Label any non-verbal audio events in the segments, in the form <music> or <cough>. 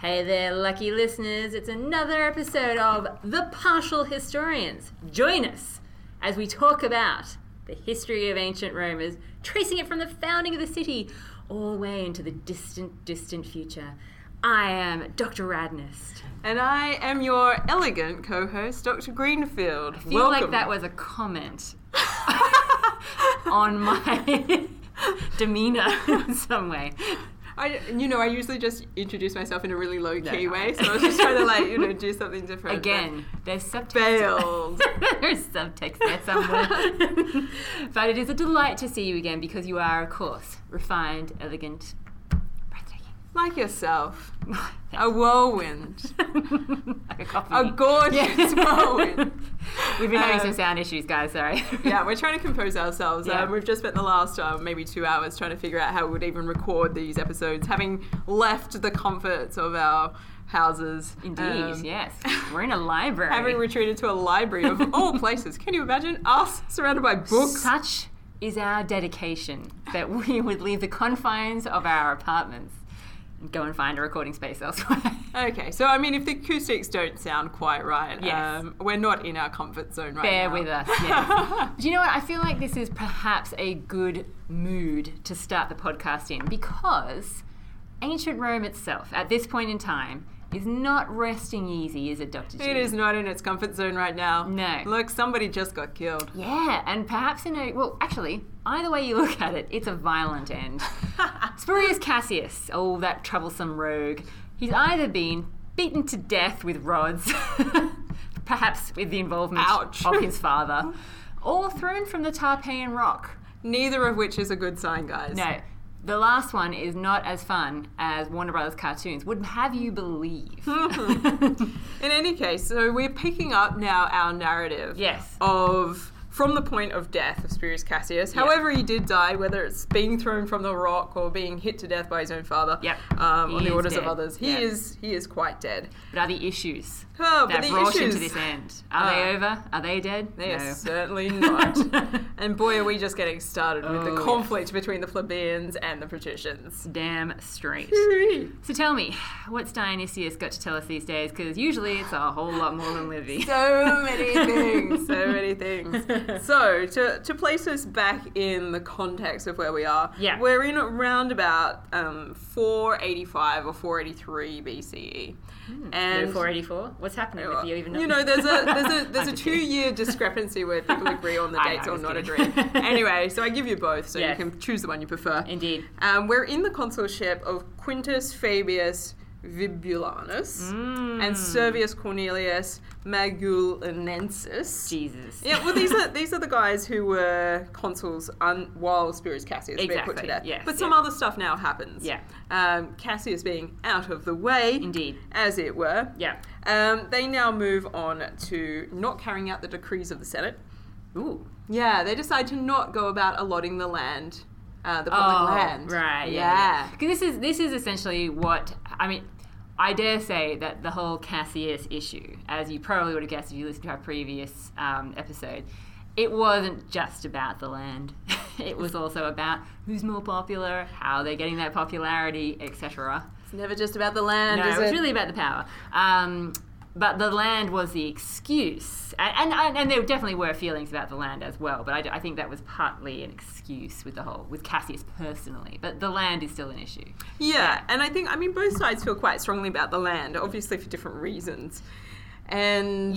Hey there, lucky listeners. It's another episode of The Partial Historians. Join us as we talk about the history of ancient Romans, tracing it from the founding of the city all the way into the distant, distant future. I am Dr. Radnist. And I am your elegant co host, Dr. Greenfield. I feel like that was a comment <laughs> on <laughs> my <laughs> demeanor in some way. I, you know, I usually just introduce myself in a really low key No. way, so I was just trying <laughs> to, like, you know, do something different. Again, there's subtext. Failed. <laughs> there's subtext there <laughs> somewhere. but it is a delight to see you again because you are, of course, refined, elegant, breathtaking. <laughs> but Like yourself, a whirlwind, like a coffee. a gorgeous whirlwind. <laughs> We've been having some Um, sound issues, guys. Sorry. Yeah, we're trying to compose ourselves. Yeah. Um, we've just spent the last um, maybe two hours trying to figure out how we would even record these episodes, having left the comforts of our houses. <laughs> Indeed. Um, <laughs> yes. We're in a library. Having retreated to a library of <laughs> all places. Can you imagine us surrounded by books? Such is our dedication that we <laughs> would leave the confines of our apartments and go and find a recording space elsewhere. Okay, so I mean, if the acoustics don't sound quite right, Yes. um, we're not in our comfort zone right Bear now. with <laughs> us. Yes. Do you know what? I feel like this is perhaps a good mood to start the podcast in because ancient Rome itself, at this point in time, is not resting easy, is it, Dr. G? It is not in its comfort zone right now. No. Look, somebody just got killed. Yeah, and perhaps in a well, actually, either way you look at it, it's a violent <laughs> end. Spurius Cassius, oh that troublesome rogue, he's either been beaten to death with rods, <laughs> perhaps with the involvement Ouch. of his father, or thrown from the Tarpeian rock. Neither of which is a good sign, guys. No, the last one is not as fun as Warner Brothers cartoons would have you <laughs> believe. In any case, so we're picking up now our narrative yes. of from the point of death of Spurius Cassius. Yeah. However, he did die, whether it's being thrown from the rock or being hit to death by his own father. Yep. Um, He on the is orders of dead. others, he Yeah. is he is quite dead. But are the issues Oh, that but the brought issues. him to this end? Are they Ah. over? Are they dead? They no. <laughs> are certainly not. and boy, are we just getting started with Oh, the yes. conflict between the plebeians and the patricians. Damn <laughs> straight. so So tell me, what's Dionysius got to tell us these days? Because usually it's a whole lot more than <laughs> Livy. many things, so <laughs> many things. So, to, to place us back in the context of where we are, Yeah. we're in around about um, 485 or 483 BCE. E. Hmm. And 484. What's happening with you even? you know, <laughs> there's a there's a there's a two year discrepancy where people agree on the I know, dates I or was not agree. kidding. <laughs> anyway, so I give you both, so Yes. you can choose the one you prefer. Indeed. Um, we're in the consulship of Quintus Fabius Mm. Vibulanus Hmm. and Servius Cornelius Magulanensis. Jesus. Yeah, well, these are these are the guys who were consuls un- while Spurius Cassius being put Exactly, to death. yes, but some yeah. other stuff now happens. Yeah. um, Cassius being out of the way, <laughs> Indeed. as it were. Yeah. Um, they now move on to not carrying out the decrees of the Senate. Ooh. Yeah, they decide to not go about allotting the land, uh, the public Oh, land. right. Yeah. Yeah. Because this is this is essentially what I mean. I dare say that the whole Cassius issue, as you probably would have guessed if you listened to our previous um, episode, it wasn't just about the land. <laughs> it was also about who's more popular, how they're getting that popularity, etc. It's never just about the land. No, is it was it? really about the power. Um, but the land was the excuse, and, and and there definitely were feelings about the land as well. But I, d- I think that was partly an excuse with the whole with Cassius personally. But the land is still an issue. Yeah, and I think I mean both sides feel quite strongly about the land, obviously for different reasons. And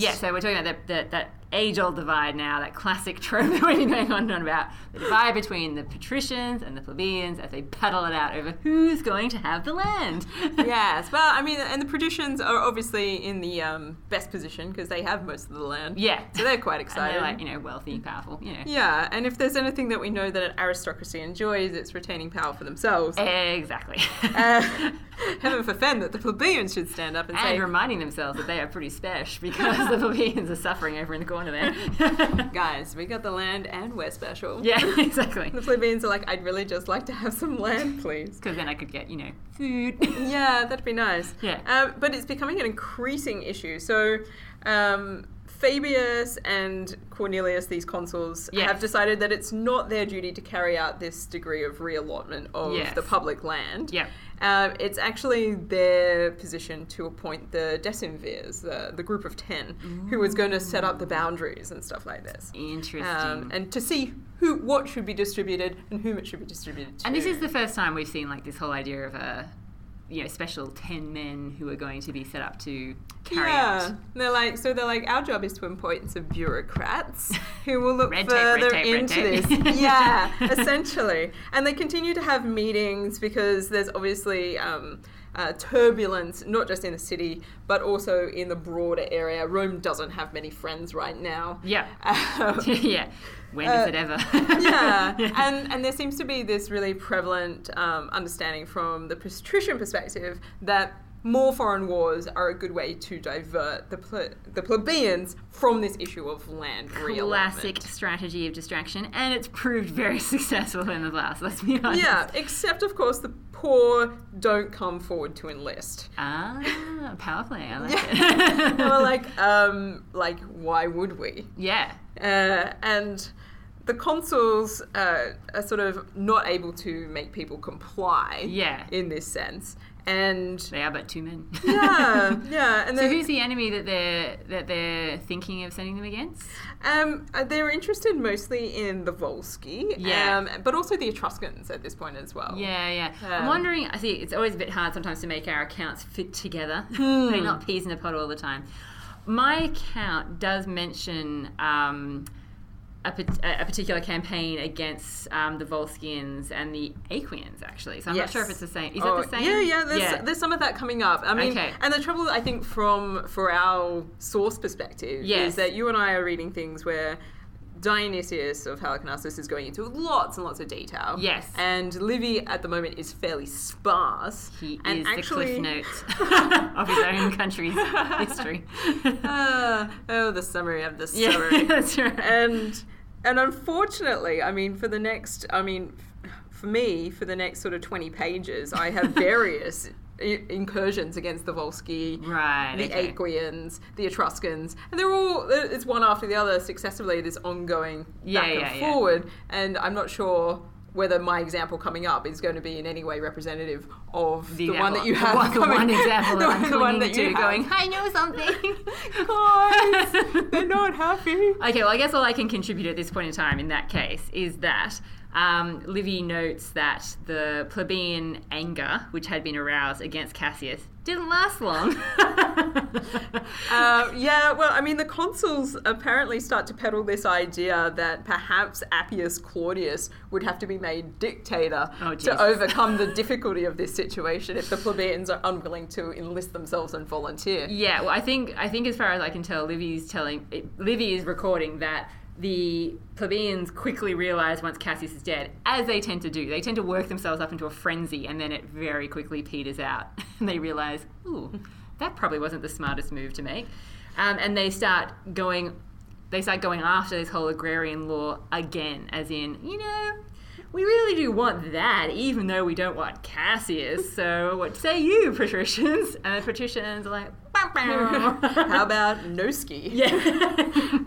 <laughs> Yeah, so we're talking about that that, that age old divide now, that classic trope <laughs> that we've been going on and on about the divide between the patricians and the plebeians as they battle it out over who's going to have the land. yes, well, I mean, and the patricians are obviously in the um, best position because they have most of the <laughs> land. yeah. so they're quite <laughs> And excited. they're like you know wealthy, powerful, you know. yeah, and if there's anything that we know that an aristocracy enjoys, it's retaining power for themselves. Eh. Exactly. <laughs> Uh, heaven forfend that the plebeians should stand up and, And say, reminding themselves that they are pretty special because <laughs> the plebeians are suffering over in the corner <laughs> there. "Guys, we got the land and we're special." yeah, <laughs> exactly. The plebeians are like, "I'd really just like to have some land, please." Because then I could get, you know, food. <laughs> Yeah, that'd be nice. Yeah. Um, but it's becoming an increasing issue. So, um, Fabius and Cornelius, these consuls, Yes. have decided that it's not their duty to carry out this degree of reallotment of Yes. the public land. Yep. Um, it's actually their position to appoint the decimvirs, the, the group of ten, who is going to set up the boundaries and stuff like this. Interesting. Um, and to see who what should be distributed and whom it should be distributed to. And this is the first time we've seen like this whole idea of a you know special ten men who are going to be set up to carry yeah. out. They're like, so they're like, our job is to appoint some bureaucrats who will look Red tape, red further tape, red into tape. <laughs> this. yeah, essentially. And they continue to have meetings because there's obviously um, uh, turbulence, not just in the city, but also in the broader area. Rome doesn't have many friends right now. Yeah. <laughs> <laughs> Um, yeah. When does Uh, it ever? <laughs> yeah, and and there seems to be this really prevalent um, understanding from the patrician perspective that more foreign wars are a good way to divert the ple- the plebeians from this issue of land realignment. Classic strategy of distraction, and it's proved very <laughs> successful in the past. Let's be honest. Yeah, except of course the poor don't come forward to enlist. Ah, power play. I like <laughs> They it. were like, um, like why would we? yeah. uh, and the consuls uh, are sort of not able to make people comply Yeah. in this sense and They are but two men. yeah yeah and <laughs> so then who's the enemy that they're that they're thinking of sending them against? um, uh, they're interested mostly in the volsci Yeah. um, but also the etruscans at this point as well Yeah, yeah. Um, I'm wondering. I see it's always a bit hard sometimes to make our accounts fit together. <laughs> Hmm. They're not peas in a pod all the time. My account does mention um, a, pat- a a particular campaign against um, the Volscians and the Aquians, actually. So I'm not sure if Yes. it's the same. Is Oh, it the same? Yeah, yeah. There's, there's some of that coming up. I mean, Okay. and the trouble I think from for our source perspective is Yes. that you and I are reading things where Dionysius of Halicarnassus is going into lots and lots of detail. Yes. and Livy at the moment is fairly sparse. He and is actually, the cliff <laughs> notes <laughs> of his own country's history. Ah, oh, the summary of the yeah, summary. <laughs> that's right. and and unfortunately, I mean, for the next, I mean, f- for me, for the next sort of twenty pages, I <laughs> have various i- incursions against the Volsci, right. the okay. Aquians, the Etruscans, and they're all uh, it's one after the other successively. This ongoing Yeah, back yeah, and yeah. forward, and I'm not sure. Whether my example coming up is going to be in any way representative of the, one example- that you the have one- the coming- <laughs> one example the that I'm one- the one clinging that you to going, have. I know <laughs> something. <laughs> Guys, <laughs> they're not happy. Okay, well, I guess all I can contribute at this point in time in that case is that um, Livy notes that the plebeian anger, which had been aroused against Cassius, didn't last <laughs> long. <laughs> Uh, yeah, well, I mean, the consuls apparently start to peddle this idea that perhaps Appius Claudius would have to be made dictator Oh, Jesus. to <laughs> overcome the difficulty of this situation if the plebeians are unwilling to enlist themselves and volunteer. yeah, well, I think I think as far as I can tell, Livy's telling it, Livy is recording that. The plebeians quickly realize once Cassius is dead, as they tend to do, they tend to work themselves up into a frenzy and then it very quickly peters out. <laughs> and they realize, ooh, that probably wasn't the smartest move to make. Um, and they start going they start going after this whole agrarian law again, as in, you know, we really do want that, even though we don't want Cassius. So what say you, patricians? And the patricians are like, "Bow, <laughs> bow." How about no ski? <laughs> <laughs> yeah,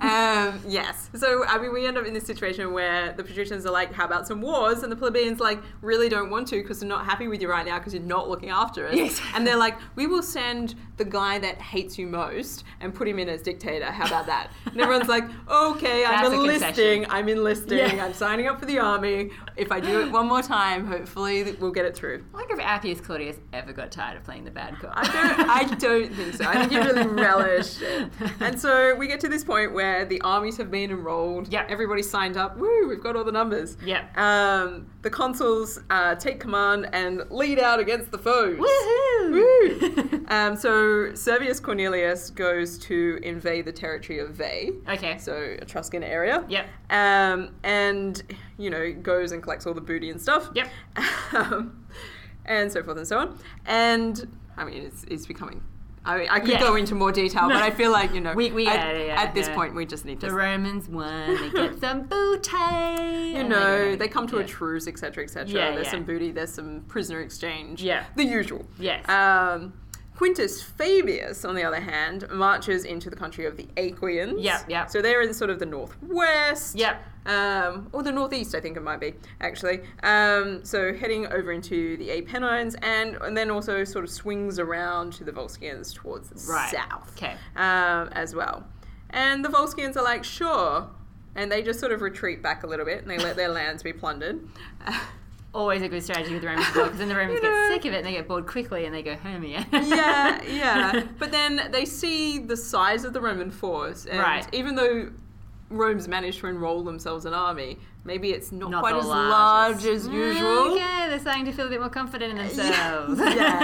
Um, yes. So, I mean, we end up in this situation where the patricians are like, how about some wars? And the plebeians, like, really don't want to because they're not happy with you right now because you're not looking after us. Yes. And they're like, we will send the guy that hates you most and put him in as dictator. How about that? And everyone's like, okay, I'm That's a enlisting. concession. I'm enlisting. Yeah. I'm signing up for the army. If I do it one more time, hopefully th- we'll get it through. I wonder if Appius Claudius ever got tired of playing the bad cop. I don't, <laughs> I don't think so. I think you really relish it. And so we get to this point where the armies have been enrolled. Yep. Everybody's signed up. Woo, we've got all the numbers. Yep. Um, the consuls uh, take command and lead out against the foes. <laughs> Woohoo! Um, so Servius Cornelius goes to invade the territory of Veii, <laughs> okay. so Etruscan area. Yep. Um, and, you know, goes and collects all the booty and stuff Yep. um, and so forth and so on. And I mean, it's, it's becoming. I mean, I could Yeah. go into more detail, but No. I feel like you know, We- we- at, yeah, yeah, at this yeah. point, we just need The to. Romans won. They get some booty. You know, they come to yeah. a truce, etc., etc. Yeah, there's yeah. some booty, there's some prisoner exchange. Yeah. the usual. Yes. Um, Quintus Fabius, on the other hand, marches into the country of the Aquians. Yep, yep. So they're in sort of the northwest. Yep. Um, or the northeast, I think it might be actually. Um, so heading over into the Apennines, and and then also sort of swings around to the Volscians towards the Right. south. Okay. Um, as well, and the Volscians are like, sure, and they just sort of retreat back a little bit, and they let their <laughs> lands be plundered. Always a good strategy with the Romans as well, because then the Romans You know. get sick of it and they get bored quickly and they go home again. <laughs> yeah, yeah. But then they see the size of the Roman force, and Right. even though Rome's managed to enroll themselves an army, maybe it's not, Not quite the as large largest. as Mm, usual. Okay, they're starting to feel a bit more confident in Yeah, themselves. <laughs> yeah.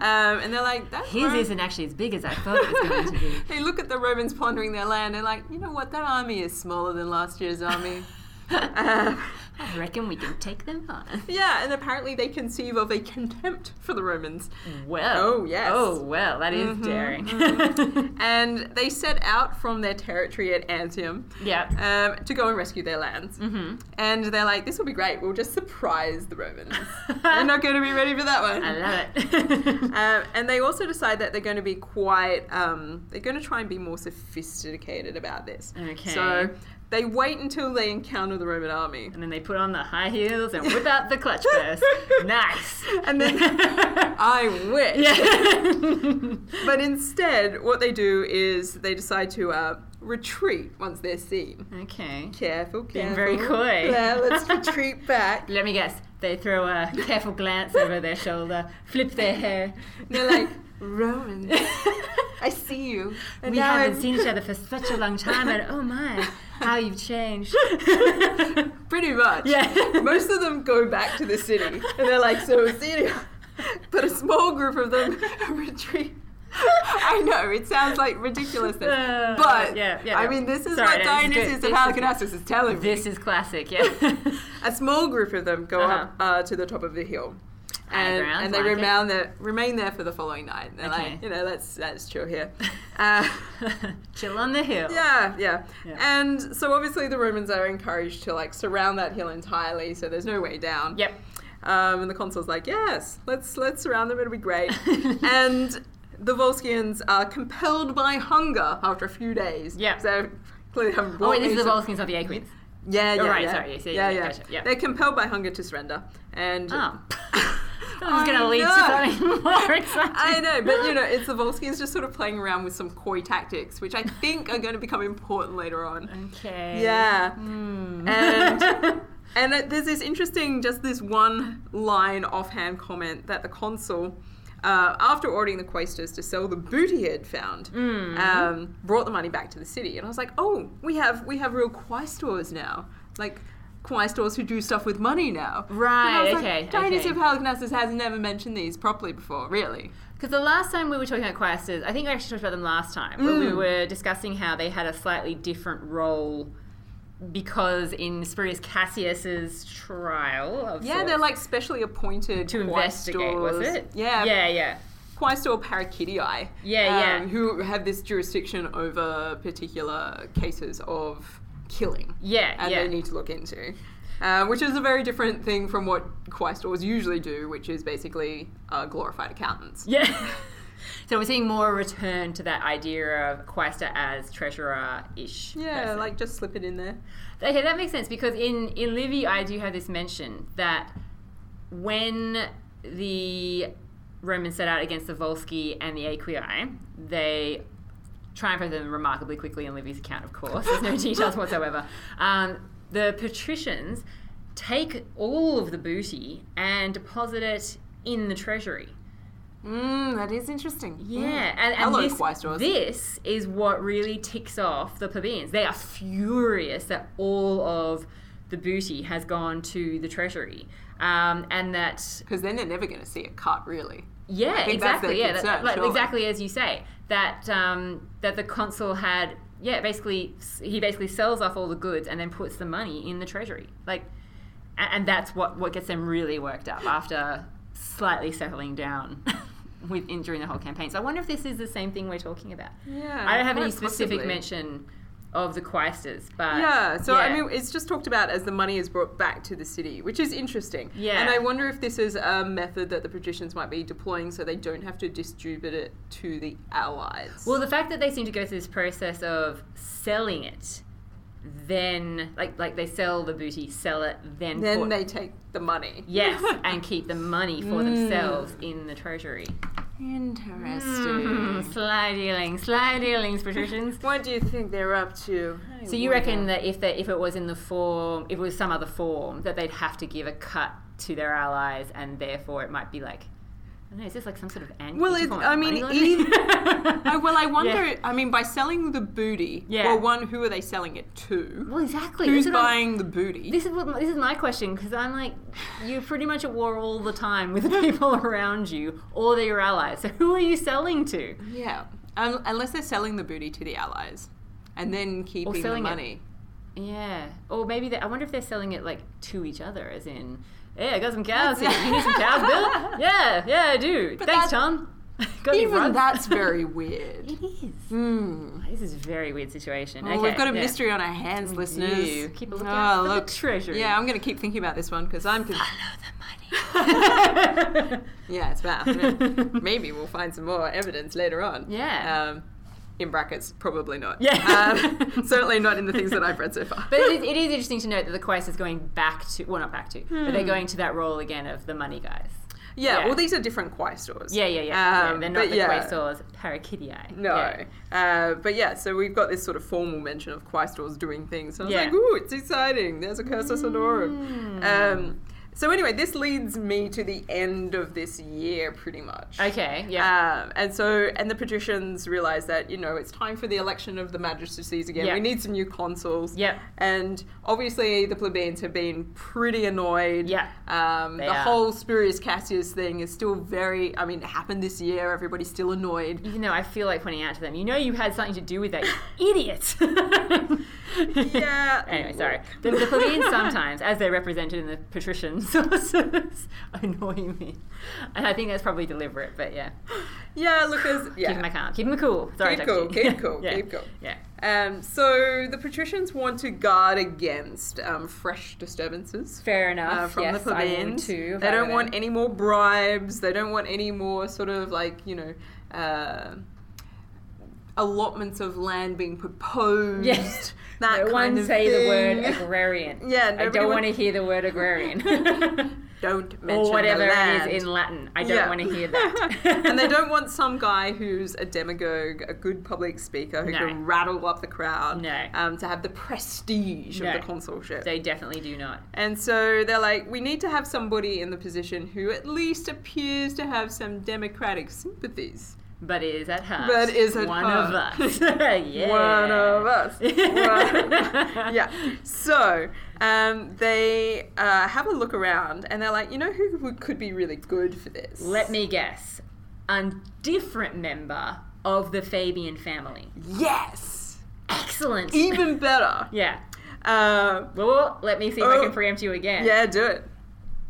um, and they're like, <laughs> "That His Rome- isn't actually as big as I thought it was <laughs> going to be. they look at the Romans plundering their land. They're like, "You know what? That army is smaller than last year's army." <laughs> Um, I reckon we can take them on. yeah, and apparently they conceive of a contempt for the Romans. Well. Oh, yes. Mm-hmm, Oh, well, that is daring. <laughs> And they set out from their territory at Antium yep. um, to go and rescue their lands. Mm-hmm. And they're like, this will be great. We'll just surprise <laughs> the Romans. they're not going to be ready for that one. I love <laughs> it. Um, and they also decide that they're going to be quite, um, they're going to try and be more sophisticated about this. Okay. So they wait until they encounter the Roman army. <laughs> and then they put on the high heels and whip out the <laughs> clutch purse. nice. <laughs> And then I wish. yeah. <laughs> <laughs> But instead, what they do is they decide to uh, retreat once they're seen. okay. Careful, careful. Being very coy. Yeah, let's <laughs> retreat back. Let me guess. They throw a careful glance over their shoulder, flip their hair. They're like, <laughs> Roman, <laughs> I see you. And we now haven't I'm seen each other for such a long time, and oh my, how you've <laughs> changed. Pretty much. Yeah. Most of them go back to the city and they're like, so see you. But a small group of them <laughs> retreat. I know, it sounds like ridiculousness. Uh, but, yeah, yeah, I yeah. mean, this is Sorry, what no, this is good. Dionysius This of is- Halicarnassus is telling me. This is classic, <laughs> yeah. A small group of them go Uh-huh. up uh, to the top of the hill. High And, ground, and they like it. remain there, remain there for the following night. They're Okay. like, you know, let's, let's <laughs> chill here. Uh, Chill on the hill. yeah, yeah, Yeah. And so obviously the Romans are encouraged to like surround that hill entirely, so there's no way down. Yep. Um, and the consul's like, yes, let's let's surround them. It'll be <laughs> great. and the Volscians are compelled by hunger after a few days. Yeah. So clearly haven't Oh, bought wait, this is the anything. Volscians, not the Aquins. Yeah, yeah, Oh, right, yeah. sorry, yes, yeah, yeah, gotcha, yeah. They're compelled by hunger to surrender. And <laughs> Oh. I'm going I to lead know. to something <laughs> <laughs> more exciting. I know, but you know, it's the Volscians just sort of playing around with some coy tactics, which I think are going to become important later on. Okay. Yeah. Hmm. <laughs> And- And it, there's this interesting, just this one line offhand comment that the consul, uh, after ordering the quaestors to sell the booty he had found, um, brought the money back to the city. And I was like, oh, we have we have real quaestors now, like quaestors who do stuff with money now. And I right. was like, okay. Dionysius okay. of Halicarnassus has never mentioned these properly before, really. Because the last time we were talking about choirs, I think we actually talked about them last time, where we Mm. were discussing how they had a slightly different role because in Spurius Cassius's trial of Yeah, sorts, they're like specially appointed to investigate, was quaestors. it? Yeah, yeah, yeah. Quaestor Parakitii. Yeah, yeah. um, Who have this jurisdiction over particular cases of killing, Yeah, and yeah. they need to look into. Uh, which is a very different thing from what quaestors usually do, which is basically uh, glorified <laughs> accountants. yeah. so we're seeing more a return to that idea of Quaestor as treasurer ish. Yeah, like just slip it in there. Okay, that makes sense because in in Livy, I do have this mention that when the Romans set out against the Volsci and the Aequii, they triumph over them remarkably quickly in Livy's account. Of course, there's no details whatsoever. Um, the patricians take all of the booty and deposit it in the treasury. Mm, that is interesting. Yeah, and, and Mm. Hello, this, Quaestors. this is what really ticks off the plebeians. They are furious that all of the booty has gone to the treasury, um, and that Because then they're never going to see it cut, really. yeah, think that's exactly. their yeah, that- concern, like, surely. exactly as you say that um, that the consul had. Yeah, basically, he basically sells off all the goods and then puts the money in the treasury. Like, and, and that's what what gets them really worked up after slightly settling down <laughs> within during the whole campaign. So I wonder if this is the same thing we're talking about. Yeah. I don't have any quite specific possibly. mention of the quaestors. But yeah, so I mean, it's just talked about as the money is brought back to the city, which is interesting. Yeah. And I wonder if this is a method that the patricians might be deploying so they don't have to distribute it to the allies. well, the fact that they seem to go through this process of selling it, then like like they sell the booty, sell it, then then for- they Mm. take the money. <laughs> yes, <laughs> and keep the money for themselves in the treasury. Interesting. Sly dealing, sly dealings, patricians. Hmm. What do you think they're up to? I So you wonder. reckon that if they, if it was in the form, if it was some other form, that they'd have to give a cut to their allies, and therefore it might be like, I don't know, is this like some sort of anti? Well, it- I mean, <laughs> Oh, well, I wonder. I mean, by selling the booty, Yeah. well, one, who are they selling it to? Well, exactly. Who's This is what I'm- buying the booty? This is what, this is my question because I'm like, you're pretty much at war all the time with the <laughs> people around you or they're your allies. So who are you selling to? yeah, um, unless they're selling the booty to the allies, and then keeping the selling it. money. Yeah, or maybe they, I wonder if they're selling it like to each other, as in, hey, I got some cows here. You need some cows, <laughs> Bill? Yeah, yeah, I do. Thanks, that- Tom. <laughs> got any Even rugs? <laughs> that's very weird. It is. Hmm. This is a very weird situation. Oh, okay, we've got a yeah. mystery on our hands, listeners. Oh, do. Keep a lookout for the treasury. Yeah, I'm <laughs> going to keep thinking about this one because I'm. Con- Follow the money. <laughs> yeah, it's bad. I <laughs> mean, Maybe we'll find some more evidence later on. Yeah. Um, in brackets, probably not. Yeah. <laughs> Um, certainly not in the things that I've read so far. <laughs> But it is, it is interesting to note that the quest is going back to, well, not back to, but Hmm. they're going to that role again of the money guys. <laughs> yeah, yeah. well, these are different Quai stores. Yeah, yeah, yeah. Um, yeah they're but not the yeah. Quaestors Parakidii. No. Yeah. Uh, but yeah, so we've got this sort of formal mention of Quai stores doing things. So I was Yeah. Mm. like, ooh, it's exciting. There's a Cursus Honorum. Um, so anyway, this leads me to the end of this year, pretty much. Okay, yeah. Um, and so, and the patricians realize that, you know, it's time for the election of the magistracies again. Yeah. We need some new consuls. Yep. And obviously, the plebeians have been pretty annoyed. Yeah. Um, They the are. whole Spurious Cassius thing is still very, I mean, it happened this year. Everybody's still annoyed. Even though I feel like pointing out to them, you know you had something to do with that, <laughs> you idiot. Yeah. <laughs> Anyway, sorry. The, the plebeians sometimes, as they're represented in the patrician <laughs> sources, <laughs> annoy me. And I think that's probably deliberate, but yeah. Yeah, Lucas. Yeah. Keep them calm. Keep them cool. Sorry, Keep Dr. cool, G. keep cool, <laughs> yeah. keep cool. Yeah. Um, so the patricians want to guard against um, fresh disturbances Fair uh, enough. from yes, the I would plebeians. too. if they I were don't them. want any more bribes. They don't want any more sort of like you know. Uh, allotments of land being proposed Yes. that no kind one of say the word thing. agrarian. <laughs> I Yeah, nobody don't wa- want to hear the word agrarian. don't <laughs> mention or the whatever land. it is in Latin. I don't Yeah. want to hear that. <laughs> and <laughs> they don't want some guy who's a demagogue, a good public speaker who No. can rattle up the crowd No. um, to have the prestige No. of the consulship. They definitely do not. and so they're like, we need to have somebody in the position who at least appears to have some democratic sympathies. But it is at heart. But is at one heart. of us. <laughs> yeah. One <laughs> of us. One- yeah. So um, they uh, have a look around and they're like, you know who would- could be really good for this? Let me guess. A different member of the Fabian family. Yes! Excellent. Even better. <laughs> yeah. Um, Well, let me see if I Oh. can preempt you again. yeah, do it.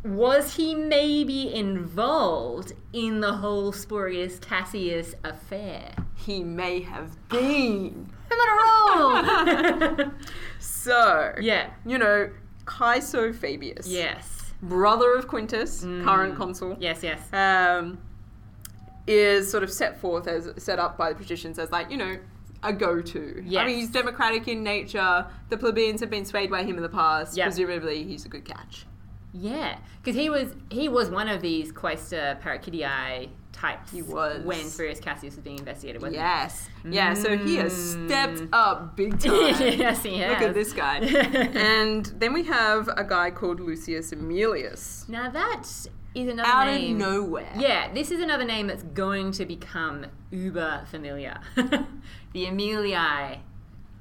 Was he maybe involved in the whole Spurious Cassius affair? he may have been. I'm on a roll! So, <laughs> yeah. you know, Caiso Fabius, Yes. brother of Quintus, Mm. current consul, Yes, yes. um, is sort of set forth as set up by the patricians as like you know a go-to. I Yes. mean, he's democratic in nature. The plebeians have been swayed by him in the past. Yeah. Presumably, he's a good catch. Yeah. Because he was he was one of these Quaestor Parakidii types. He was. When Spurious Cassius was being investigated, wasn't Yes. Yeah. So he has stepped <laughs> up big he? time. Mm. yes, he has. Look at <laughs> this guy. and then we have a guy called Lucius Aemilius. now that is another out name. of nowhere. Yeah, this is another name that's going to become <laughs> uber familiar. the Amelii,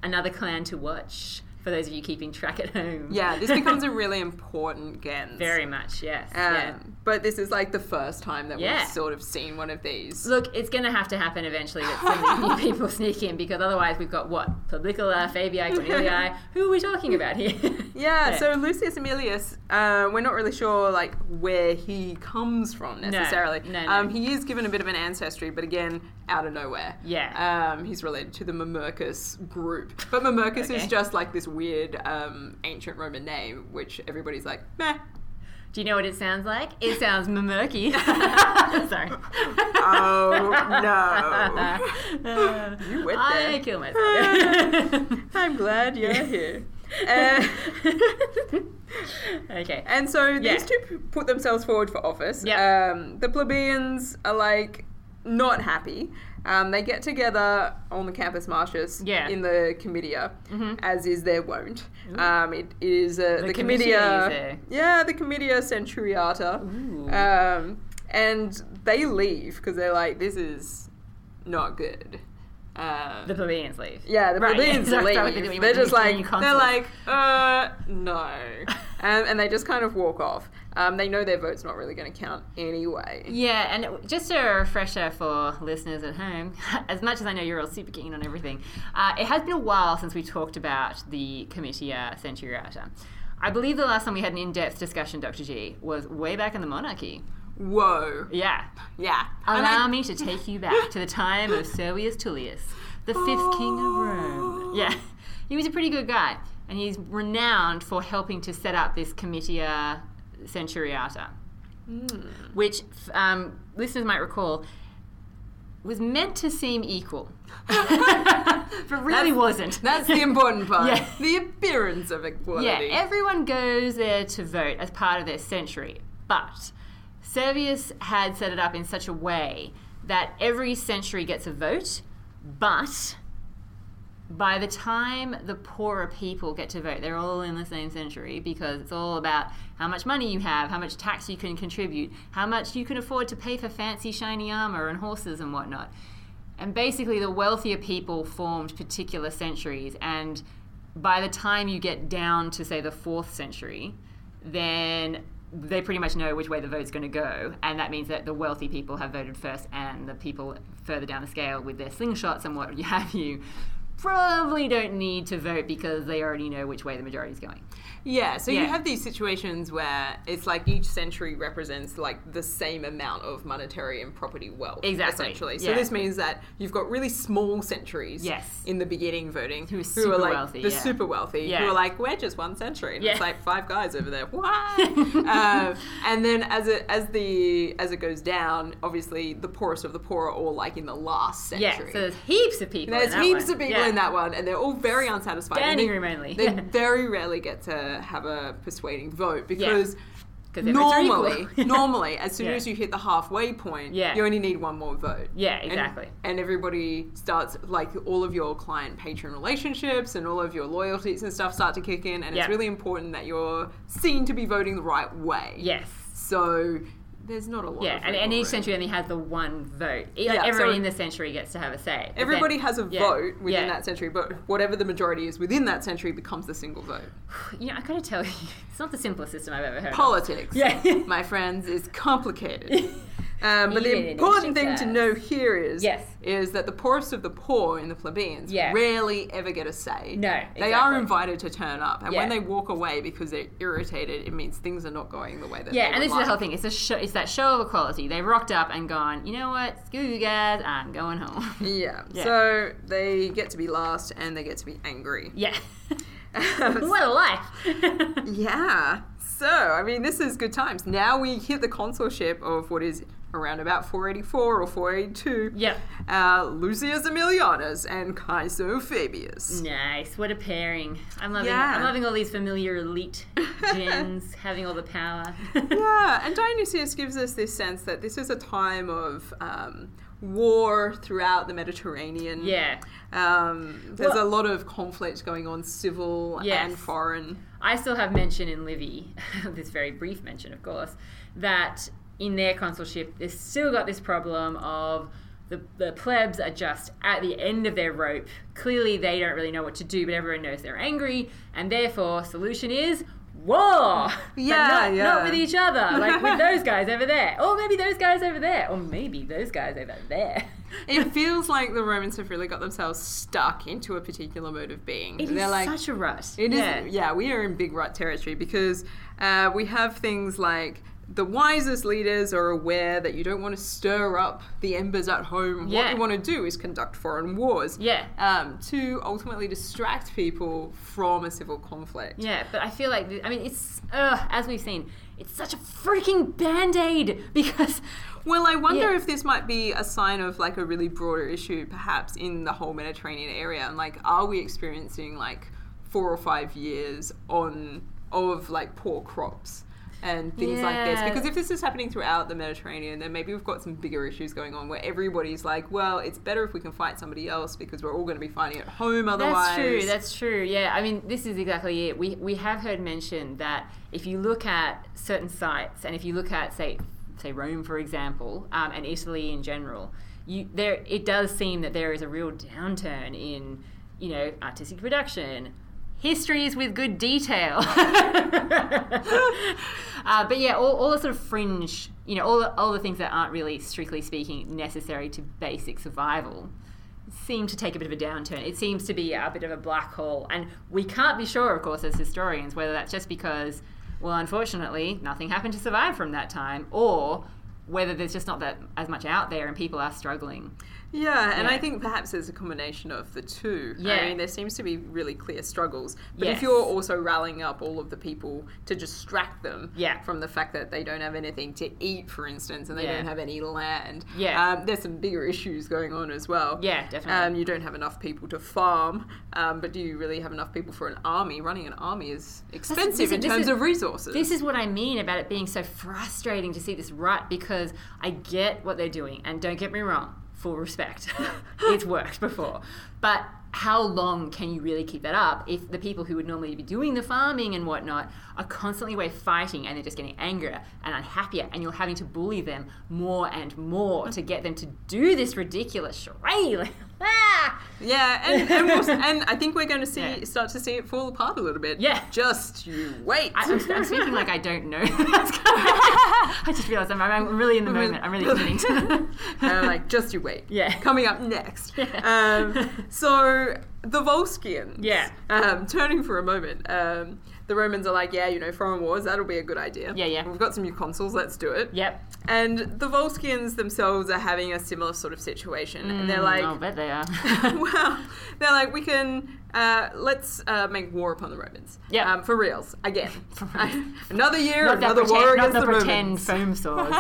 another clan to watch. for those of you keeping track at home. Yeah, this becomes a really important <laughs> Gens. Very much, yes. Um, yeah. But this is like the first time that Yeah. we've sort of seen one of these. Look, it's going to have to happen eventually that some <laughs> of these new people sneak in because otherwise we've got what? Publicola, Fabii, Cornelii. Who are we talking about here? <laughs> Yeah, so Lucius Aemilius, uh, we're not really sure like where he comes from necessarily. no, no. Um, he is given a bit of an ancestry, but again, out of nowhere. Yeah. Um, he's related to the Mamercus group, but Mamercus is Okay. just like this weird um, ancient Roman name, which everybody's like, meh. Do you know what it sounds like? It sounds murky. <laughs> <laughs> Sorry. Oh <laughs> no. You went I there. kill myself. <laughs> I'm glad you're here. Uh, <laughs> okay. And so these Yeah. two p- put themselves forward for office. Yeah. Um, the plebeians are like not happy. Um, they get together on the campus martius Yeah. Mm-hmm. in the comitia, as is their wont. Um, it is uh, the, The comitia is there. comitia. Yeah, the comitia centuriata. Ooh. Um, and they leave because they're like, this is not good. Uh, The plebeians leave. yeah, the <laughs> Right, plebeians yeah, exactly. Like, leave. when They're you- just when like you consult. they're like, uh, no, <laughs> um, and they just kind of walk off. Um, they know their vote's not really going to count anyway. Yeah, and it- just a refresher for listeners at home, <laughs> as much as I know you're all super keen on everything, uh, it has been a while since we talked about the Comitia Centuriata. I believe the last time we had an in depth discussion, Dr. G, was way back in the monarchy. Whoa, Yeah. yeah. And I- Allow me to take you back to the time of Servius Tullius, the fifth king of Rome. Yeah, he was a pretty good guy, and he's renowned for helping to set up this uh, Comitia Centuriata, Mm. which f- um, listeners might recall was meant to seem <laughs> equal, <laughs> but really wasn't. That's the <laughs> important part. Yeah. The appearance of equality. Yeah, everyone goes there to vote as part of their century, but Servius had set it up in such a way that every century gets a vote, but by the time the poorer people get to vote, they're all in the same century because it's all about how much money you have, how much tax you can contribute, how much you can afford to pay for fancy shiny armor and horses and whatnot. And basically, the wealthier people formed particular centuries, and by the time you get down to, say, the fourth century, then they pretty much know which way the vote's going to go, and that means that the wealthy people have voted first, and the people further down the scale with their slingshots and what <laughs> have you probably don't need to vote because they already know which way the majority is going. Yeah, so Yeah. you have these situations where it's like each century represents like the same amount of monetary and property wealth. Exactly, Essentially. So yeah. this means that you've got really small centuries Yes. in the beginning voting Who are super like wealthy, the yeah. super wealthy Yeah. who are like, We're just one century. And it's Yeah. like five guys <laughs> over there. What? um, and then as it as the as it goes down, obviously the poorest of the poor are all like in the last Yeah, century. so there's heaps of people. in There's that heaps one. of people Yeah. in that one, and they're all very unsatisfied. And Standing they- room only. <laughs> They Yeah. very rarely get to have a persuading vote because 'Cause their votes are equal. normally, Yeah. <laughs> normally, as soon Yeah. as you hit the halfway point, Yeah. you only need one more vote. Yeah, And- exactly. And, everybody starts like all of your client patron relationships and all of your loyalties and stuff start to kick in, and Yeah. it's really important that you're seen to be voting the right way. <laughs> yes. So there's not a lot. Yeah, of and, wiggle and each room. century only has the one vote. E- Yeah, Everyone so- in the century gets to have a say. But Everybody then- has a yeah, vote within yeah. that century, but whatever the majority is within that century becomes the single vote. You know, I gotta tell <laughs> you, it's not the simplest system I've ever heard. of. Politics, <laughs> Yeah. <laughs> my friends, is complicated. Um, Even but the in important thing to Egypt. know here is Yes. is that the poorest of the poor in the plebeians Yeah. rarely ever get a say. No, They are exactly. invited to turn up, and Yeah. when they walk away because they're irritated, it means things are not going the way that Yeah, they and would this is the like. whole thing. It's a show, it's that show of equality. They rocked up and gone. You know what? Screw you guys. I'm going home. <laughs> Yeah. Yeah. so they get to be last and they get to be angry. <laughs> yeah. <laughs> what a life. <laughs> Yeah. So, I mean, this is good times. Now we hit the consulship of what is around about 484 or 482. <laughs> yep. Uh, Lucius Aemilianus and Caeso Fabius. Nice. What a pairing. I'm loving. Yeah. I'm loving all these familiar <laughs> elite gens having all the power. <laughs> Yeah, and Dionysius gives us this sense that this is a time of um, war throughout the Mediterranean. yeah. Um, there's Well- a lot of conflict going on, civil Yes. <laughs> and foreign. I still have mention in Livy, <laughs> this very brief mention, of course, that in their consulship, they've still got this problem of the the, the plebs are just at the end of their rope. Clearly, they don't really know what to do, but everyone knows they're angry, and therefore, solution is war. <laughs> But Yeah, not, yeah. not with each other, like <laughs> with those guys over there, or maybe those guys over there, or maybe those guys over there. It feels like the Romans have really got themselves stuck into a particular mode of being. It is They're like, such a rut. It is, yeah. yeah. we are in big rut territory because uh, we have things like the wisest leaders are aware that you don't want to stir up the embers at home. What Yeah. you want to do is conduct foreign wars. Yeah. Um, to ultimately distract people from a civil conflict. Yeah, but I feel like th- I mean it's uh, as we've seen, it's such a freaking band aid because Well, I wonder Yeah. if this might be a sign of like a really broader issue, perhaps in the whole Mediterranean area, and like, are we experiencing like four or five years on of like poor crops and things like this? Yeah. Because if this is happening throughout the Mediterranean, then maybe we've got some bigger issues going on where everybody's like, well, it's better if we can fight somebody else because we're all going to be fighting at home That's otherwise. true. That's true. Yeah, I mean, this is exactly it. We we have heard mentioned that if you look at certain sites, and if you look at say say Rome for example, um, and Italy in general, you there it does seem that there is a real downturn in you know artistic production. Histories with good detail, <laughs> uh, but yeah, all, all the sort of fringe, you know, all the, all the things that aren't really strictly speaking necessary to basic survival seem to take a bit of a downturn. It seems to be a bit of a black hole. And we can't be sure, of course, as historians, whether that's just because, well, unfortunately, nothing happened to survive from that time, or whether there's just not that as much out there and people are struggling. Yeah, and I Yeah. think perhaps there's a combination of the two. I Yeah. mean, there seems to be really clear struggles. But if Yes. you're also rallying up all of the people to distract them Yeah. from the fact that they don't have anything to eat, for instance, and they Yeah. don't have any land, Yeah. um, there's some bigger issues going on as well. Yeah, definitely. Um, you don't have enough people to farm, um, but do you really have enough people for an army? Running an army is expensive this in is- this terms is- of resources. This is what I mean about it being so frustrating to see this rut because I get what they're doing, and don't get me wrong, full respect. <laughs> it's worked before. But how long can you really keep that up if the people who would normally be doing the farming and whatnot are constantly away fighting and they're just getting angrier and unhappier and you're having to bully them more and more to get them to do this ridiculous charade? <laughs> Ah! Yeah, and and, we'll, and I think we're going to <laughs> see Yeah. start to see it fall apart a little bit. Yeah. just you wait. I, I'm, I'm speaking like I don't know. <laughs> I just realised I'm, I'm really in the moment. I'm really committing to. <laughs> <laughs> And I'm like, just you wait. Yeah. Coming up next. Yeah. Um, so the Volscians. Yeah. Um, turning for a moment. Um, the Romans are like, yeah, you know, foreign wars, that'll be a good idea. Yeah, yeah. We've got some new consuls, let's do it. Yep. And the Volscians themselves are having a similar sort of situation. and they're Mm, like, I'll bet they <laughs> are. <laughs> well, they're like, we can, uh, let's uh, make war upon the Romans. Yeah. Um, for reals, again. <laughs> For reals. another year, not another that war pretend, against not the, the, pretend Romans. <laughs> foam swords.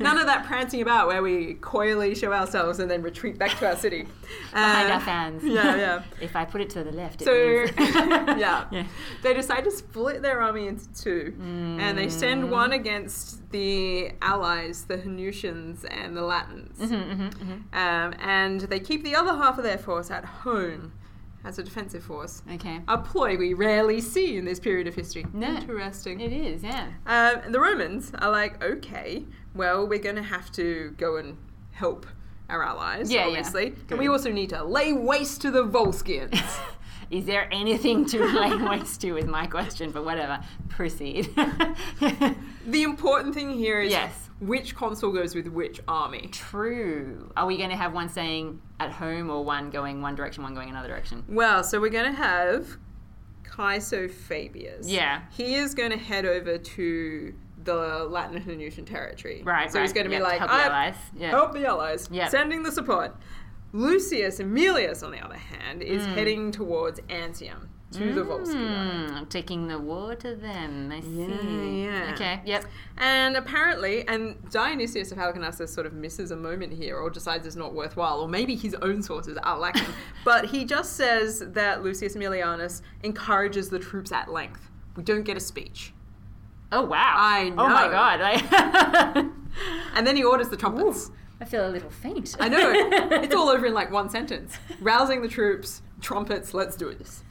None of that prancing about where we coyly show ourselves and then retreat back to our city. Behind Uh, our fans. Yeah, yeah. if I put it to the left, it <laughs> So, <laughs> means- yeah. yeah. They decide to split their army into two, and they Mm. send one against the allies, the Hanutians and the Latins. Mm-hmm, Um, and they keep the other half of their force at home as a defensive force. Okay. A ploy we rarely see in this period of history. No. Interesting. It is, yeah. Um, and the Romans are like, okay, well, we're going to have to go and help our allies, Yeah, yeah. obviously. And Good. we also need to lay waste to the Volscians. <laughs> Is there anything <laughs> to lay waste to? Is my question, but whatever. Proceed. <laughs> the important thing here is Yes. which consul goes with which army. True. Are we going to have one saying at home or one going one direction, one going another direction? Well, so we're going to have Kaiso Fabius. Yeah. He is going to head over to the Latin and Hanutian territory. Right. So right. he's going to Yep, be like, help "I've- the allies. Yeah. help the allies, Yep. sending the support. Lucius Aemilius, on the other hand, is heading towards Antium to the Volscian. Mm, taking the war to them. I see. Oh. yeah. Okay. Yep. And apparently, and Dionysius of Halicarnassus sort of misses a moment here or decides it's not worthwhile, or maybe his own sources are lacking. but he just says that Lucius Aemilianus encourages the troops at length. We don't get a speech. Oh wow! I Oh my know. god! I, <laughs> And then he orders the trumpets. I feel a little faint. <laughs> <laughs> I know. it's all over in like one sentence. Rousing the troops, trumpets, let's do this.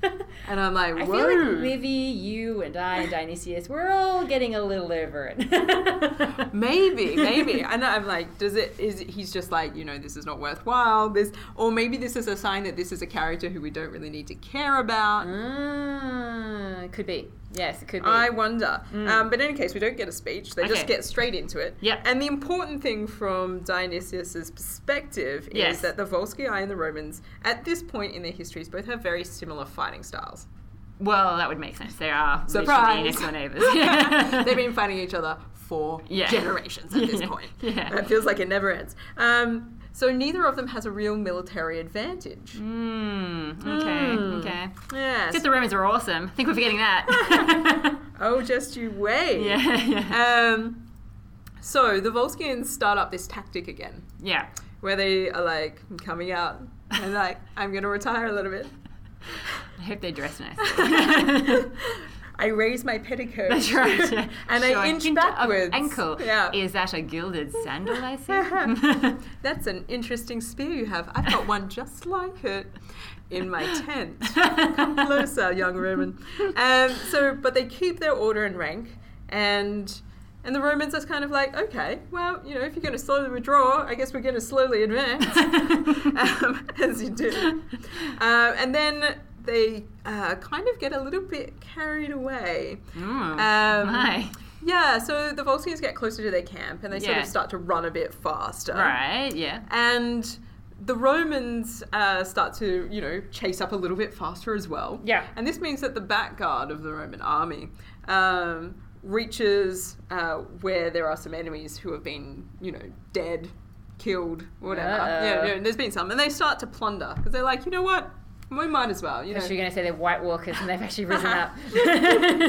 And I'm like, I whoa. feel like Livy, you, and I, and Dionysius, we're all getting a little over it. <laughs> maybe, maybe. <laughs> And I'm like, does it? Is it- he's just like, you know, this is not worthwhile. This, or maybe this is a sign that this is a character who we don't really need to care Mm. about. Ah, could be. Yes, it could be. I wonder. Um, but in any case, we don't get a speech. They just Mm. Okay. get straight into it. Yep. And the important thing from Dionysius's perspective Yes. is that the Volscii and the Romans, at this point in their histories, both have very similar fighting styles. Well, that would make sense. They are Surprise. literally next door neighbors. <laughs> <laughs> They've been fighting each other for Yeah. generations at <laughs> this Yeah. point. Yeah. It feels like it never ends. Um, so neither of them has a real military advantage. Mm, okay, Mm. okay. Yes. Except the Romans are awesome. I think we're forgetting <laughs> that. <laughs> oh, just you wait. yeah, yeah, Um, so the Volscians start up this tactic again. yeah. where they are like coming out and like I'm gonna retire a little <laughs> bit. <laughs> I hope they dress nice. I raise my petticoat. That's right. yeah. <laughs> and Sure. I inch Hint of backwards. Ankle. Yeah. Is that a gilded sandal I <laughs> see? <laughs> That's an interesting spear you have. I've got one just like it in my tent. Come <laughs> closer, young Roman. Um, so, but they keep their order and rank, and and the Romans are kind of like, okay, well, you know, if you're going to slowly withdraw, I guess we're going to slowly advance, <laughs> um, as you do. Um, and then they uh, kind of get a little bit carried away. Mm, Um, my. Yeah, so the Volscians get closer to their camp, and they sort Yeah. of start to run a bit faster Right, yeah. and the Romans uh, start to, you know, chase up a little bit faster as well. Yeah. And this means that the back guard of the Roman army um, reaches uh, where there are some enemies who have been, you know, dead, killed, whatever. Uh-oh. Yeah, yeah, there's been some. And they start to plunder because they're like, you know what? We might as well. You know, Because <laughs> <laughs> you're going to say they're White Walkers and they've actually risen up.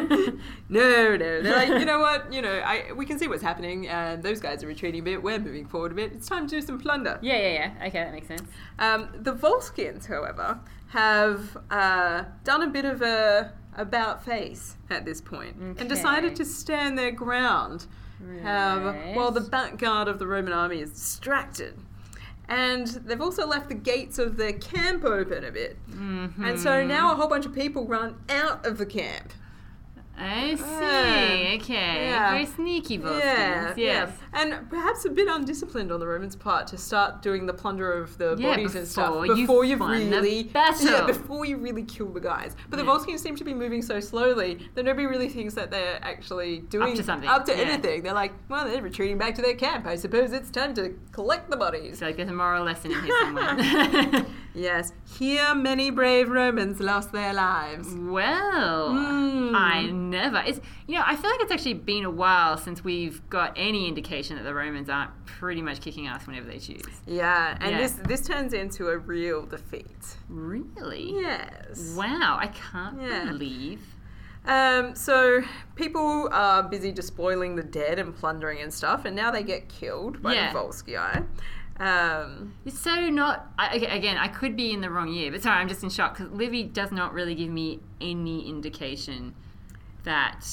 no, no. They're like, you know what? You know, I, we can see what's happening, and those guys are retreating a bit. We're moving forward a bit. It's time to do some plunder. yeah, yeah, yeah. <laughs> Okay, that makes sense. Um, the Volskians, however, have uh, done a bit of a about face at this point and decided Okay. to stand their ground um, Right. while the back guard of the Roman army is distracted. And they've also left the gates of their camp open a bit. Mm-hmm. And so Hmm. now a whole bunch of people run out of the camp. I Yeah. see. Okay. Mm. Yeah. Very sneaky Volscians. yeah, yes. yeah. And perhaps a bit undisciplined on the Romans' part to start doing the plunder of the Yeah, bodies and stuff before you before you've won the really battle. Yeah, before you really kill the guys. But the Yeah. Volscians seem to be moving so slowly that nobody really thinks that they're actually doing to something, up to yeah. anything. They're like, well, they're retreating back to their camp. I suppose it's time to collect the bodies. So like, there's a moral lesson in here <laughs> somewhere. <laughs> Yes, here many brave Romans lost their lives. well, Mm. I never. It's, you know, I feel like it's actually been a while since we've got any indication that the Romans aren't pretty much kicking ass whenever they choose. Yeah, and Yeah. this this turns into a real defeat. Really? Yes. Wow, I can't Yeah. believe. Um, so people are busy despoiling the dead and plundering and stuff, and now they get killed by Yeah. the Volsci. Um, It's so not. I, okay, again, I could be in the wrong year, but sorry, I'm just in shock because Livy does not really give me any indication that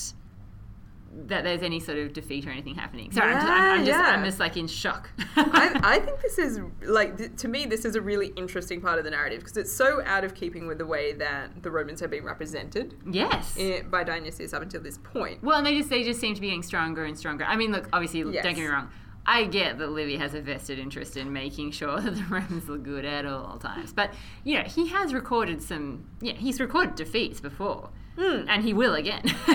that there's any sort of defeat or anything happening. Sorry, I'm, just, I'm, I'm Yeah, just yeah. I'm just like in shock. <laughs> I, I think this is like th- to me this is a really interesting part of the narrative because it's so out of keeping with the way that the Romans have been represented yes. i by Dionysius up until this point. Well, and they just they just seem to be getting stronger and stronger. I mean, look, obviously, Yes. don't get me wrong. I get that Livy has a vested interest in making sure <laughs> that the Romans look good at all times, but you know he has recorded some. Yeah, he's recorded defeats before, and he will again. <laughs>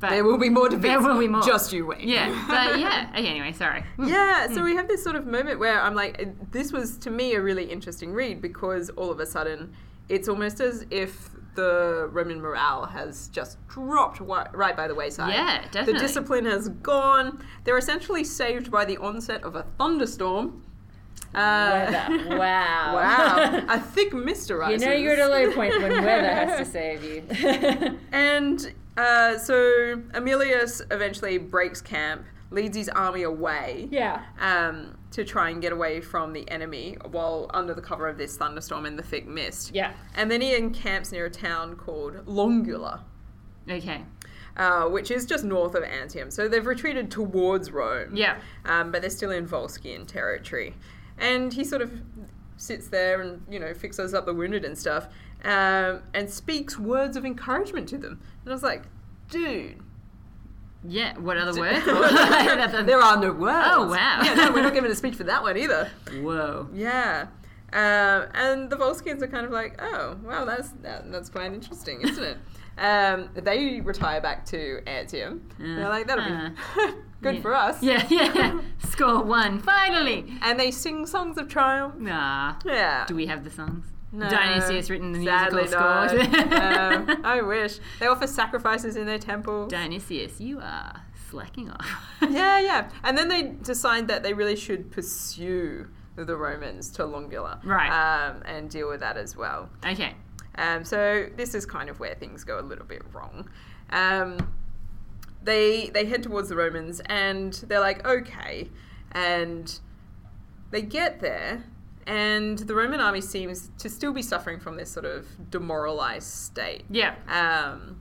but There Hmm. will be more defeats. There will be more. Just you wait. yeah, <laughs> but yeah. Okay, anyway, sorry. Hmm. Yeah, Hmm. so we have this sort of moment where I'm like, this was to me a really interesting read because all of a sudden it's almost as if the Roman morale has just dropped wi- right by the wayside. Yeah, The definitely. discipline has gone. They're essentially saved by the onset of a thunderstorm. <laughs> Uh, Weather. Wow. <laughs> wow. A thick mist you arises. know you're at a low point when weather has <laughs> to save you. <laughs> And uh, so Emilius eventually breaks camp, leads his army away. yeah. um, to try and get away from the enemy while under the cover of this thunderstorm and the thick mist. Yeah. And then he encamps near a town called Longula, Okay. uh, which is just north of Antium. So they've retreated towards Rome. Yeah. Um, but they're still in Volscian territory. And he sort of sits there and, you know, fixes up the wounded and stuff. um, and speaks words of encouragement to them. And I was like, dude. Yeah, what other <laughs> d- words? <laughs> there are no words. Oh, wow. Yeah, no, we're not giving a speech for that one either. <laughs> Whoa. Yeah. Um, and the Volskians are kind of like, oh, wow, that's that, that's quite interesting, <laughs> isn't it? um, they retire back to Antium. They're like, that'll be <laughs> good Uh-huh. Yeah. for us. Yeah, <laughs> yeah. Score one, finally. And they sing songs of triumph. Nah. Yeah. Do we have the songs? No, Dionysius written the sadly musical score. <laughs> not. um, I wish. They offer sacrifices in their temple. Dionysius, you are slacking off. <laughs> Yeah, yeah. And then they decide that they really should pursue the Romans to Longula. Right. Um, and deal with that as well. Okay. Um, so this is kind of where things go a little bit wrong. Um, they they head towards the Romans and they're like, okay, and they get there, and the Roman army seems to still be suffering from this sort of demoralized state. Yeah. Um,